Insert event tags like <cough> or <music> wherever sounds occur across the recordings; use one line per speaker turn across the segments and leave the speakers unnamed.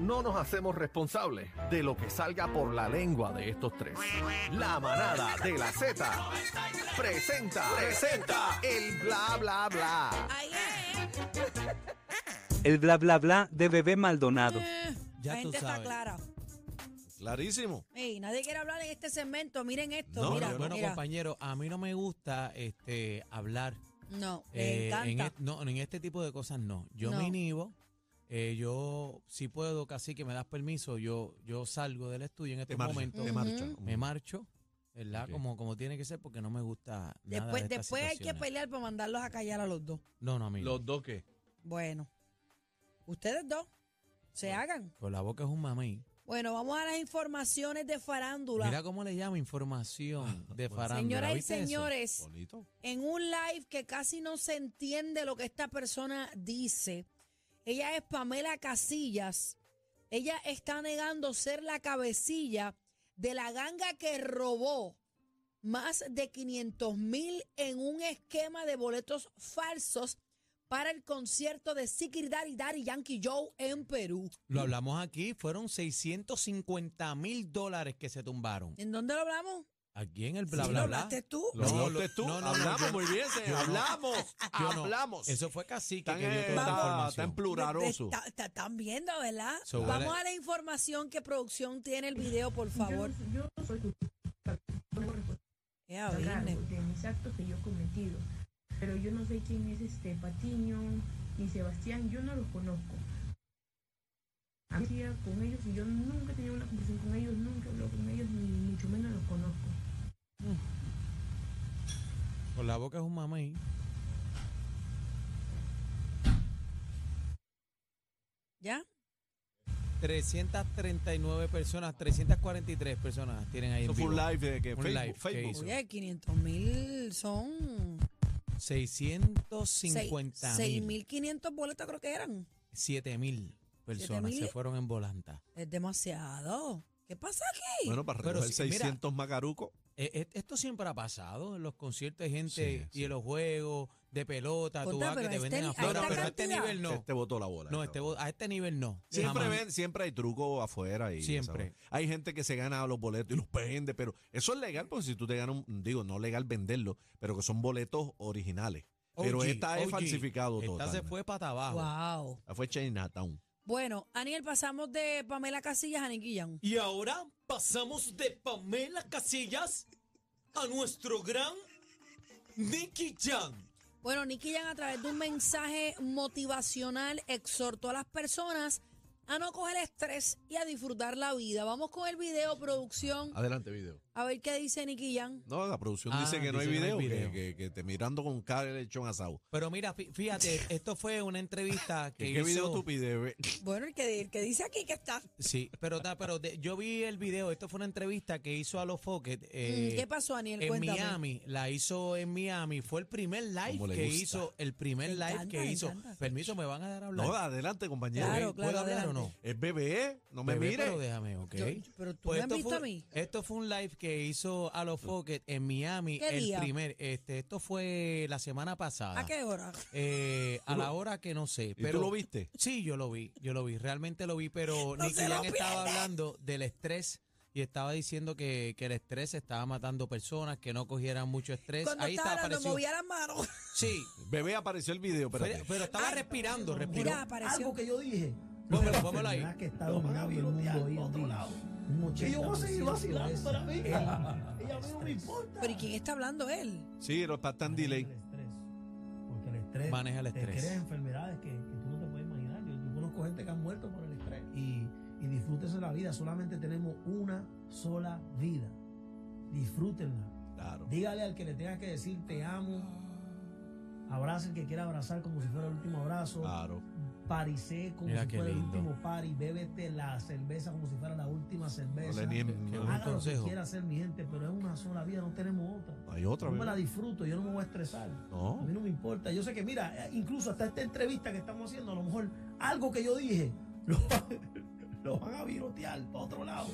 no nos hacemos responsables de lo que salga por la lengua de estos tres. La manada de la Z presenta, presenta el bla bla bla.
Eh,
Ahí es.
El bla bla bla de bebé Maldonado.
Ya
La
tú
gente está
sabes.
clara.
Clarísimo.
Ey, nadie quiere hablar en este segmento. Miren esto.
No,
mira,
pero bueno,
mira.
compañero, a mí no me gusta este hablar.
No,
eh,
me
en
encanta.
est- no, en este tipo de cosas no. Yo
No.
me inhibo. eh, yo, si puedo, casi que me das permiso, yo, yo salgo del estudio en
Te
este
marcha,
momento.
te
Ujú.
marcha.
Me marcho, ¿verdad?
Ok.
Como, como tiene que ser, porque no me gusta nada
Después,
de estas
después hay que
situaciones.
pelear para mandarlos a callar a los dos.
No, no, amigo.
¿Los dos qué?
Bueno, ustedes dos se hagan.
Con la boca es un mamey.
Bueno, vamos a las informaciones de farándula.
Mira cómo le llama
<laughs>
información de farándula.
Señoras y
¿viste eso?
señores,
Bonito.
en un live que casi no se entiende lo que esta persona dice. Ella es Pamela Casillas. Ella está negando ser la cabecilla de la ganga que robó más de 500 mil en un esquema de boletos falsos para el concierto de Sikir Daddy Daddy Yankee Joe en Perú.
Lo hablamos aquí, fueron 650 mil dólares que se tumbaron.
¿En dónde lo hablamos?
Aquí en el bla,
Sí,
bla,
¿Lo
bla.
hablaste tú?
Lo-
Lo
no,
dijiste
lo-
tú.
no, no,
hablamos
no, yo-
muy bien, se-
yo no.
hablamos.
Yo no.
hablamos.
Eso fue casi que,
Están
dio
en-
toda la
está, está
información.
en pluraroso.
Está- está- Están viendo, ¿verdad?
So,
Vamos
vale.
a la información que producción tiene el video, por favor. Ya,
claro,
vine.
de mis actos que yo he cometido. Pero yo no sé quién es este Patiño ni Sebastián, yo no los conozco. Hacía con ellos y yo nunca tenía una conversación con ellos, nunca hablo con ellos, ni mucho menos los conozco.
Con la boca es un mamey.
¿Ya?
339 personas, 343 personas tienen ahí
Eso
en
fue
vivo.
un live de que
Un
Facebook.
live que
Facebook.
hizo.
Oye, 500 mil son
650 mil,
6.500 boletas creo que eran.
7 mil personas
7.000.
se fueron en volanta.
Es demasiado. ¿Qué pasa aquí?
Bueno, para
Pero
recoger
sí, mira.
600 macarucos.
Eh, eh, Esto siempre ha pasado en los conciertos hay
Sí,
gente y
sí.
en los juegos de pelota, tú
Contra,
vas que
pero
te
a
venden
este- a
afuera,
esta
pero a este
cantidad.
nivel no.
Este botó la bola.
No, este, bo- a este nivel no.
Siempre,
Jamás.
ven, siempre hay truco afuera. Y,
Siempre.
¿sabes? Hay gente que se gana los boletos y los vende, pero eso es legal, porque si tú te ganas, un- digo, no legal venderlo, pero que son boletos originales. Pero
OG,
esta es
OG.
falsificado
Esta
totalmente.
se fue para abajo.
Wow.
Esta fue Chinatown.
Bueno, Aniel, pasamos de Pamela Casillas a Niquillán.
Y ahora pasamos de Pamela Casillas a nuestro gran Nicky Jan.
Bueno, Nicky Jan a través de un mensaje motivacional exhortó a las personas a no coger estrés y a disfrutar la vida. Vamos con el video, producción,
Adelante, video.
a ver qué dice Nicky Jan.
No, la producción
Ah,
dice que no hay
dice que
video,
no hay
que-
video.
Que, que te mirando con cara de lechón asado.
Pero mira, fí- <laughs> fíjate, esto fue una entrevista que
¿Qué,
hizo-
video tú pides?
<laughs>
ve?
Bueno, el que, el que dice aquí que está.
Sí, pero, ta- pero de- yo vi el video, esto fue una entrevista que hizo a los Fockets. eh,
Mm, ¿Qué pasó, Aniel?
en
Cuéntame.
Miami, la hizo en Miami, fue el primer
Cómo
live
le
que
gusta.
hizo, el primer
Me
live
encanta,
que
me
hizo.
encanta.
Permiso, me van a dar a hablar.
No, adelante, compañero.
Claro,
Ok,
claro,
¿Puedo hablar o no?
adelante.
Es bebé, no me
Bebé,
mire.
Pero déjame, ok. Pues
Yo- pero tú me has
esto
visto
fue-
a mí.
Esto fue un live que hizo a los Fockets en Miami.
¿Qué
el
día?
primer, este, esto fue la semana pasada.
¿A qué hora?
Eh, a la hora que no sé.
¿Y
pero
tú lo viste?
Sí, yo lo vi, yo lo vi, realmente lo vi, pero
No
Nicky
se lo
Jam estaba
pierdas.
hablando del estrés y estaba diciendo que, que el estrés estaba matando personas, que no cogieran mucho estrés.
Cuando
Ahí
estaba
estaba
hablando,
apareció.
movía las manos.
Sí,
Bebé apareció el video,
fue-
espérate.
pero, estaba respirando, respiró.
Mira, apareció.
Algo que yo dije.
Pónmelo,
La
pónmelo
<laughs>
ahí.
enfermedad que está dominando el mundo hoy en día. Un
Y yo voy a seguir
80%
vacilando
es
para mí.
el
Ella a mí no me
estrés.
importa.
Pero ¿y quién está hablando él?
Sí, pero está en
Maneja el
delay.
estrés. Porque el estrés.
Maneja el
te
estrés.
crea enfermedades que, que tú no te puedes imaginar. Yo, yo conozco gente que ha muerto por el estrés. Y, y disfrútese la vida. Solamente tenemos una sola vida. Disfrútenla.
Claro.
Dígale al que le tenga que decir te amo. Abraza al que quiera abrazar como si fuera el último abrazo.
Claro.
Parisé como
Ah. Mira
si
qué
fuera el
lindo.
último party, bébete la cerveza como si fuera la última
No
cerveza.
le ni-
Qué
no,
bueno.
Haga lo que
consejo.
quiera hacer mi gente, pero es una sola vida, no tenemos otra.
no hay otra,
Yo me la
bebé.
disfruto, yo no me voy a estresar. A
No.
mí no me importa. Yo sé que, mira, eh, incluso hasta esta entrevista que estamos haciendo, a lo mejor algo que yo dije <laughs> lo, lo van a virotear para otro lado.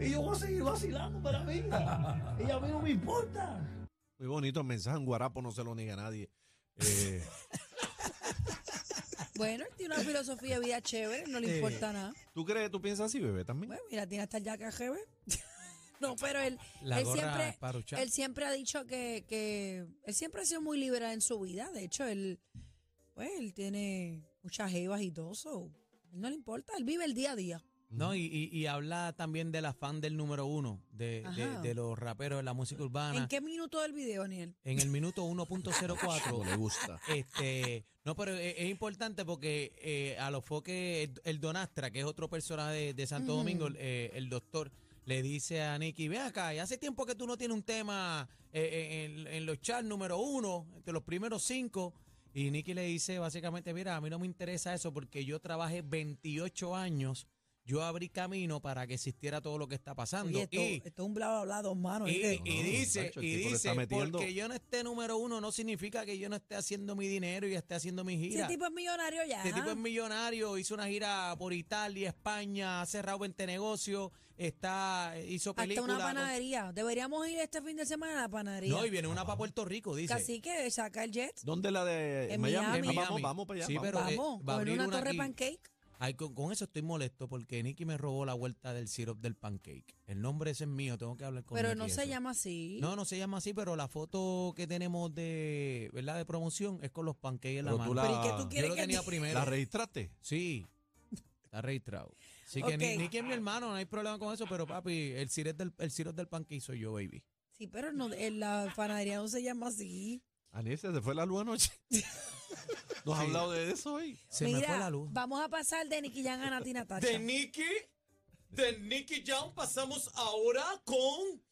Y yo voy a seguir vacilando para mí. Ella a mí no me importa.
<laughs>
Muy bonito el mensaje. En Guarapo no se lo niega a nadie. Eh,
Bueno, él tiene una filosofía de vida chévere, no le
Eh.
importa nada.
¿Tú crees, tú piensas así, bebé, también?
Bueno, mira, tiene hasta el jacket jefe. <laughs> No, pero él,
La
él
gorra
siempre,
para Uchá.
él siempre ha dicho que, que él siempre ha sido muy liberal en su vida. De hecho, él, pues, él tiene muchas jevas y todo eso. Él no le importa, él vive el día a día.
No, y, y- y habla también del afán del número uno, de, de-
Ajá.
de los raperos de la música urbana.
¿En qué minuto del video, Daniel?
En el minuto 1.04.
<laughs> No le gusta.
Este, no, pero es, es importante porque eh, a los foques, el, el Donastra, que es otro personaje de, de Santo
Ujú.
Domingo, eh, el doctor le dice a Nicky, ve acá, y hace tiempo que tú no tienes un tema eh, en, en los charts número uno, entre los primeros cinco. Y Nicky le dice básicamente, mira, a mí no me interesa eso porque yo trabajé 28 años, yo abrí camino para que existiera todo lo que está pasando.
Oye, esto,
Y-
esto es un bla bla bla, dos manos.
y,
¿viste?
No,
y
no,
dice,
muchacho, el
y
tipo le está
dice,
metiendo-
porque yo no esté número uno no significa que yo no esté haciendo mi dinero y esté haciendo mi
Ese
gira.
tipo es millonario ya.
Este
ajá.
tipo es millonario, hizo una gira por Italia, España, ha cerrado 20 negocios, está, hizo
hasta
películas.
una panadería. Deberíamos ir este fin de semana a la panadería.
No, y viene una para Puerto Rico, dice.
Así que saca el jet.
¿Dónde la de
En
Miami?
Miami.
Ah, Vamos,
Miami.
vamos para allá.
Sí,
vamos.
pero, eh,
Vamos,
va a
con
abrir
una,
una
torre
aquí.
pancake.
Ay, con, con eso estoy molesto porque Nicky me robó la vuelta del syrup del pancake. El nombre ese es mío, tengo que hablar con
Pero
Nicky
no
de
se
eso.
llama así.
No, no se llama así, pero la foto que tenemos de, ¿verdad? De promoción es con los pancakes en la
Pero tú
mano.
la- Pero ¿y qué tú
Yo
quieres
lo
que
tenía
te-
primero.
¿La registraste?
Sí, está registrado. Así que
Ok.
ni, ni que es mi hermano, no hay problema con eso, pero papi, el sirop del, el sirop del pancake soy yo, baby.
Sí, pero no, en la panadería no se llama así.
Alicia, se fue la
<laughs>
luz anoche. ¿No has
Sí.
hablado de eso hoy?
Se
Mira,
me fue la luz.
vamos a pasar de Nicky Jan a Nati Natasha.
<laughs> De Nicky, de Nicky Jam pasamos ahora con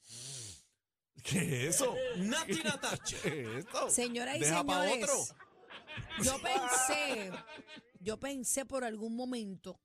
¿Qué es eso?
Nati Natacha.
¿Qué es esto?
Señoras y
Deja pa'
señores,
otro.
yo pensé, yo pensé por algún momento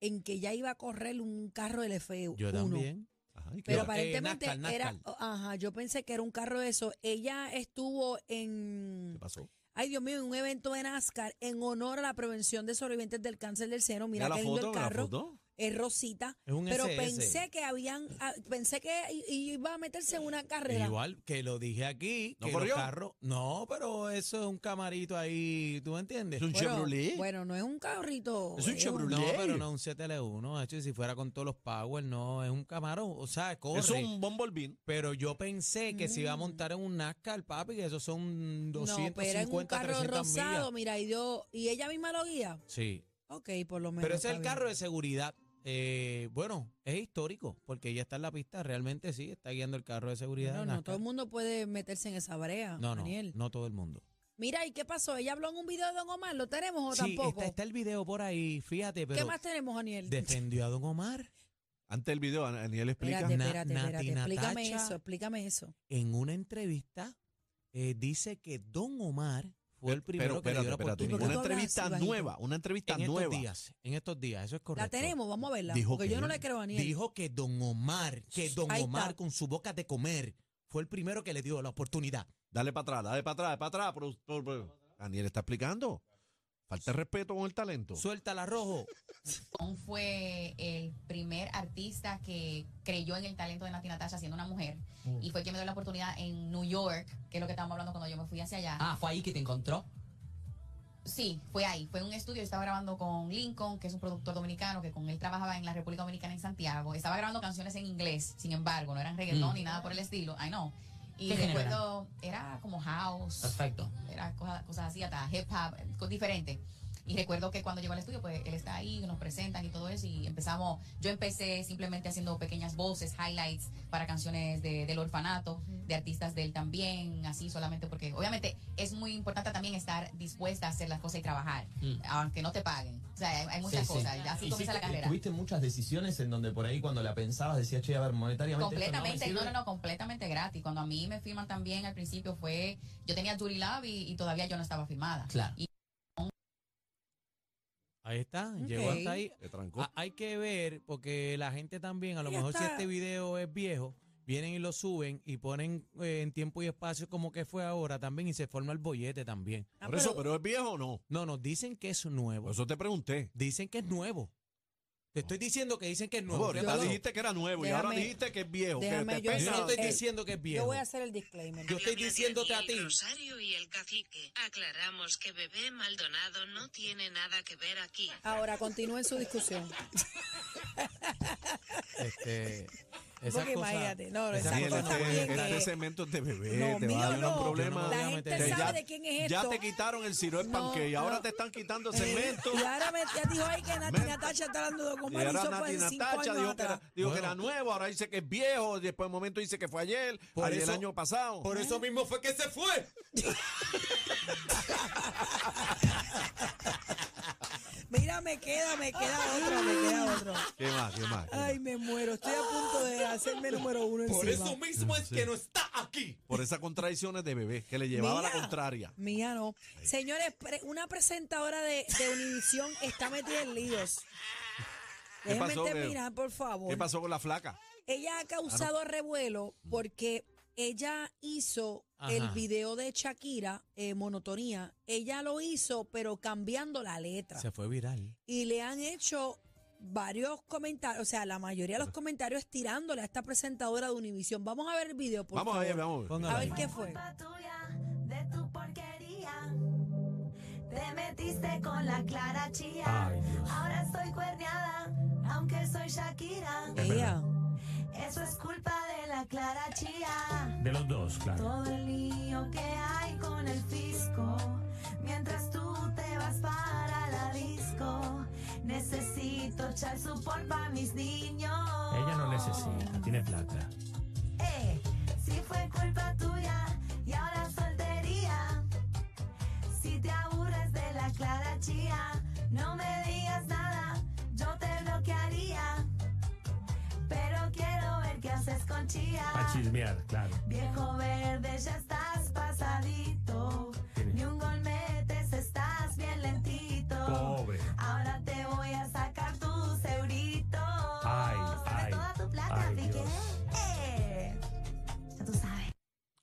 en que ya iba a correr un carro de Lefeo.
Yo
uno.
también.
Ay, qué
Pero
Eh,
aparentemente
NASCAR,
era,
NASCAR.
ajá, yo pensé que era un carro de eso. Ella estuvo en,
¿Qué pasó?
ay Dios mío, en un evento de NASCAR en honor a la prevención de sobrevivientes del cáncer del seno. Mira,
Mira la
qué lindo
foto,
el
mira la
carro.
foto.
es Rosita.
Es un
pero
SS.
pensé que habían, ah, pensé que i- iba a meterse en una carrera.
Igual que lo dije aquí,
¿No
que
corrió?
los carros. No, pero eso es un camarito ahí, ¿tú me entiendes?
Es un
Bueno,
Chevrolet.
Bueno, no es un carrito.
Es un Chevrolet.
No, pero no un CTL1. De hecho, si fuera con todos los power, no, es un camarón. O sea, corre.
Es un bombolbín.
Pero yo pensé que se iba a montar en un NASCAR, papi, que esos son
Mm. No,
250,
pero en un carro
300
rosado,
millas.
mira, y yo, y ella misma lo guía.
Sí,
Ok, por lo menos.
pero ese es el
está
carro
bien.
de seguridad. Eh, bueno, es histórico, porque ya está en la pista, realmente sí, está guiando el carro de seguridad.
No, no,
de NASCAR.
todo el mundo puede meterse en esa brea,
no, no,
Daniel.
no todo el mundo.
Mira, ¿y qué pasó? ¿Ella habló en un video de Don Omar? ¿Lo tenemos o
sí,
tampoco?
está, está el video por ahí, fíjate,
¿Qué
pero
más tenemos, Daniel?
defendió a Don Omar
Antes del video, An- Aniel explica.
Espérate,
Na-
espérate, espérate.
Nati
Explícame
Natacha.
eso, explícame eso.
en una entrevista, eh, dice que Don Omar fue el primero
Pero
que le dio
espérate,
la
espérate.
¿Y por qué
Una
oportunidad.
tú hablas
entrevista
así, bajito?
nueva, una entrevista
En estos
nueva.
días, en estos días, eso es correcto.
La tenemos, vamos a verla.
Dijo
porque
que
yo no
él
le creo a Daniel.
Dijo que Don Omar, que Don
Ahí está.
Omar con su boca de comer fue el primero que le dio la oportunidad.
Dale para atrás, dale para atrás, para atrás. productor, pro- Aniel está explicando. Falta de respeto con el talento.
Suéltala, rojo.
Aún fue el primer artista que creyó en el talento de Nati Natasha siendo una mujer
Mm.
y fue quien me dio la oportunidad en New York, que es lo que estábamos hablando cuando yo me fui hacia allá.
Ah, fue ahí que te encontró.
Sí, fue ahí, fue en un estudio, yo estaba grabando con Lincoln, que es un productor dominicano, que con él trabajaba en la República Dominicana en Santiago. Estaba grabando canciones en inglés, sin embargo, no eran reggaetón
Mm.
ni nada por el estilo, I know. Y
¿Qué género
recuerdo, era como house,
Perfecto.
era cosa- cosas así, hasta hip hop, eh, co- diferente. Y recuerdo que cuando llegó al estudio, pues él está ahí, nos presentan y todo eso, y empezamos, yo empecé simplemente haciendo pequeñas voces, highlights para canciones de- del orfanato, de artistas de él también, así solamente porque obviamente es muy importante también estar dispuesta a hacer las cosas y trabajar,
Mm.
aunque no te paguen. O sea, hay, hay muchas
Sí, sí. eh,
cosas, así comienza la
Hiciste-
carrera.
Tuviste muchas decisiones en donde por ahí cuando la pensabas decías, che, a ver, monetariamente. esto no me
Completamente,
sirve".
no, no, no, completamente gratis. Cuando a mí me firman también al principio fue, yo tenía Jury Lab y, y todavía yo no estaba firmada.
Claro.
Y
Ahí está,
Ok.
llegó hasta ahí.
Te trancó.
Ah, hay que ver, porque la gente también, a lo
Ella
mejor si
está-
este video es viejo, vienen y lo suben y ponen eh, en tiempo y espacio como que fue ahora también y se forma el bollete también.
Ah,
Por eso, pero es viejo o no.
Pues,
No, nos dicen que es nuevo.
Por eso te pregunté.
Dicen que es nuevo. Te estoy diciendo que dicen que es
No,
nuevo.
ahorita dijiste que era nuevo y ahora
Déjame-
dijiste que es viejo. que
déjame
te
yo
Yo
pega.
no
hacer-
estoy
eh,
diciendo que es
Yo
viejo.
voy a hacer el disclaimer.
Yo estoy diciéndote a ti.
Rosario y el cacique. Aclaramos que bebé Maldonado no tiene nada que ver aquí.
Ahora continúen su discusión.
Este, esas
<laughs> Porque
cosas-
imagínate, no, no,
esas
esa
Daniel,
cosa
cosas no
este,
también
pueden
este
estar.
es-
cemento es de bebé,
No,
te
mío
va a dar
no.
un problema.
La
voy a
gente
meter.
sabe de quién es
ya
esto.
te quitaron el siro el
No,
panque y ahora
no.
te están quitando
Eh,
cemento.
Y ahora me ya dijo ahí que Nati
Cemento.
Natacha está hablando con
Y ahora
Marisol
Nati
hace pues cinco
Natacha
años
dijo, que
atrás.
era, dijo que
Bueno.
era nuevo, ahora dice que es viejo, después de un momento dice que fue ayer,
Por
ayer
eso-
el año pasado. ¿Eh?
Por eso mismo fue que se fue.
Mira, me queda, me queda otro, me queda otro.
¿Qué más? ¿Qué más? ¿Qué
Ay,
más?
me muero. Estoy a punto de hacerme número uno encima.
mismo es que no está aquí.
Por esas contradicciones de bebé que le llevaba la contraria.
Mía no. Señores, pre- una presentadora de, de Univisión está metida en líos.
¿Qué
Déjenme
pasó, Vero?
terminar, por favor.
¿Qué pasó Ah, Mm. con la flaca?
Ella ha causado revuelo porque ella hizo
Ajá.
el video de Shakira, eh, Monotonía. Ella lo hizo, pero cambiando la letra.
Se fue viral.
Y le han hecho varios comentarios, o sea, la mayoría de los comentarios tirándole a esta presentadora de Univisión. Vamos a ver el video, por
Vamos a ver,
favor.
vamos a ver.
Póngalo
A
ahí.
ver qué fue.
de tu porquería. Te metiste con la clara chía. Ahora estoy cuerneada, aunque soy Shakira.
Ella.
Eso es culpa de la clara chía.
De los dos, claro.
Todo el lío que hay con el fisco. Mientras tú te vas para la disco. Necesito echar support para mis niños.
Ella no necesita, tiene plata.
Eh, si fue culpa tuya y ahora soltería. Si te aburres de la clara chía, no me digas nada, yo te bloquearía. Pero quiero ver qué haces con chía.
Para chismear, claro.
Viejo verde, ya estás pasadito.
Tiene-
Ni un gol metes, estás bien lentito.
Pobre.
Ahora te voy a sacar tus euritos.
Ay, ay,
De toda tu plata,
ay,
Piqué.
Dios.
Eh, Ya tú sabes.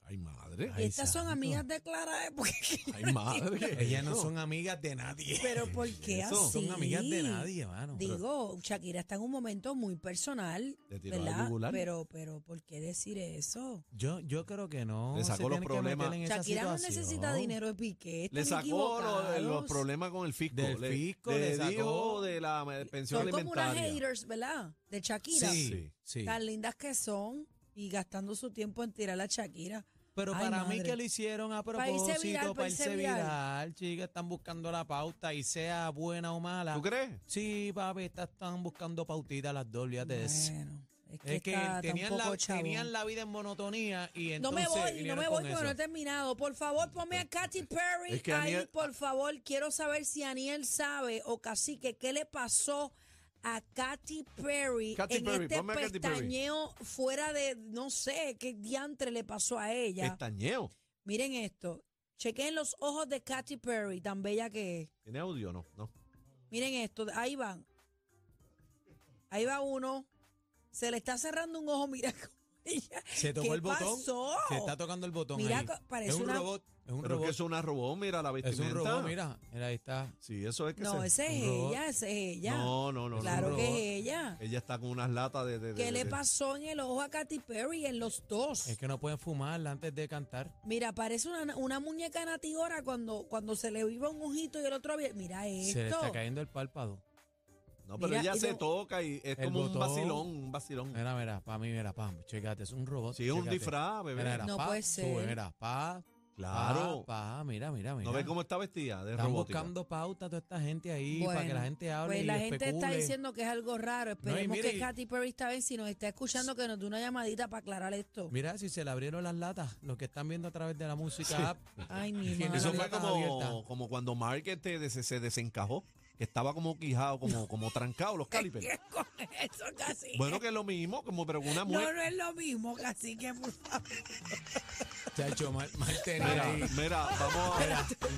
Ay, madre.
Y
Ay,
estas son amigas de Clara, ¿eh? Porque-
ay, madre. ¿qué es
<laughs> Ellas no
eso?
son amigas de nadie.
Pero ¿por qué
Eso,
así?
Son amigas de nadie, mano.
Digo, Shakira está en un momento muy personal,
Le tiró la
¿verdad?
yugular.
Pero, pero, ¿por qué decir eso?
Yo, yo creo que no.
Le
se
sacó los
tienen que meter
problemas.
en esa
Shakira no
situación.
necesita dinero de pique.
Le sacó lo- los problemas con el fisco.
Del
le,
fisco,
le
le sacó.
dijo de la eh, pensión
Son como unas
alimentaria.
haters, ¿verdad? De Shakira.
Sí,
Sí.
sí.
Tan lindas que son y gastando su tiempo en tirar a Shakira.
Pero
Ay,
para mí
madre.
que lo hicieron a
Pa' irse
propósito,
viral,
para irse viral,
viral.
chicas, están buscando la pauta y sea buena o mala.
¿Tú crees?
Sí, papi, estas están buscando pautita las dos, olvídate de eso.
Bueno, es que,
Es que
está,
tenían,
tampoco
la,
chabón.
tenían la vida en monotonía y
No
entonces
me voy, no
vinieron
me voy
con
porque no he
eso.
terminado. Por favor, ponme a Katy Perry
Es que
ahí,
Aniel-
por favor. Quiero saber si Aniel sabe o Cacique, ¿qué le pasó a Katy Perry
Katy
en
Perry,
este
ponme a Katy Perry.
pestañeo fuera de, no sé, qué diantre le pasó a ella?
Pestañeo.
Miren esto. Chequen los ojos de Katy Perry, tan bella que es.
¿Tiene audio o no? No.
Miren esto, ahí van. Ahí va uno. Se le está cerrando un ojo, mira cómo ella.
Se tocó
¿Qué
el botón.
pasó?
Se está tocando el botón.
Mira,
ahí.
co- parece
es un
una-
robot. Es un
Pero es
robot.
que es una robó, mira la
Es
vestimenta.
un robot, mira. Mira, ahí está.
Sí, eso es que
No,
se...
esa es
un robot.
ella, esa es ella.
No, no, no. no,
claro
no.
que es ella.
Ella está con unas latas de... de- de-
¿Qué le
de-
pasó en el ojo a Katy Perry en los dos?
Es que no pueden fumarla antes de cantar.
Mira, parece una, una muñeca natigora cuando, cuando se le viva un ojito y el otro abierto. Mira
Se le
esto.
está cayendo el párpado.
No, pero
Mira,
ella
y
se
de-
toca y es
El
como un
botón. Eh,
vacilón, un vacilón.
Mira, mira, pa, mí, mira, pa. Chécate, es un robot.
Sí, es un
chécate.
disfraz, bebé.
Mira, mira,
No
pa,
puede
sube,
ser.
mira, pa.
claro.
Pa, pa, mira, mira, mira.
¿No ves cómo está vestida? De
Están
robótica.
buscando pauta toda esta gente ahí para que
Bueno,
la gente hable
Pues
y
la gente está
especule.
diciendo que es algo raro. Esperemos
mire,
que
y-
Katy Perry está bien. Si nos está escuchando, que nos dé una llamadita para aclarar esto.
Mira, si se le abrieron las latas, los que están viendo a través de la música app.
Ay, mi
¿Quién
madre.
Eso
Las
fue
latas
<laughs>
como,
abiertas.
como cuando Mark este des- se desencajó, que estaba como quijado, como, como trancado los
<laughs>
calipers.
con eso, casi.
Bueno, que es lo mismo, como pero con una
no,
mujer.
no es lo mismo, casi que por favor.
Chacho, mal, mal tenía
Mira,
ahí.
mira, vamos a.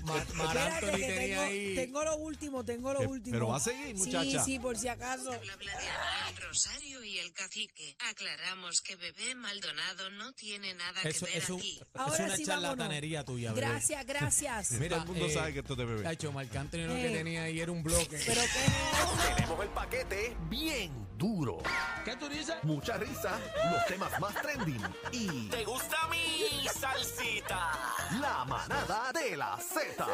Mar, Mar
Espérate,
Anthony
que
tenía
tengo,
ahí.
tengo lo último, tengo lo
Eh,
último.
pero va a seguir, muchacha.
Sí, sí, por si acaso.
Habla de Aniel Rosario y el cacique. Aclaramos que bebé Maldonado no tiene nada
Eso
que ver
es, un-
aquí.
es
Ahora
una
sí, vámonos.
charlatanería tuya, bebé.
Gracias, gracias.
<laughs>
Todo el mundo sabe que esto es de bebé.
Chacho, Marc Anthony lo
Eh.
que tenía ahí era un bloque.
Pero qué
Tenemos el paquete bien duro.
¿Qué tú dices?
Mucha risa, los temas más trending y
¿Te gusta mi salsita?
la manada de la Z.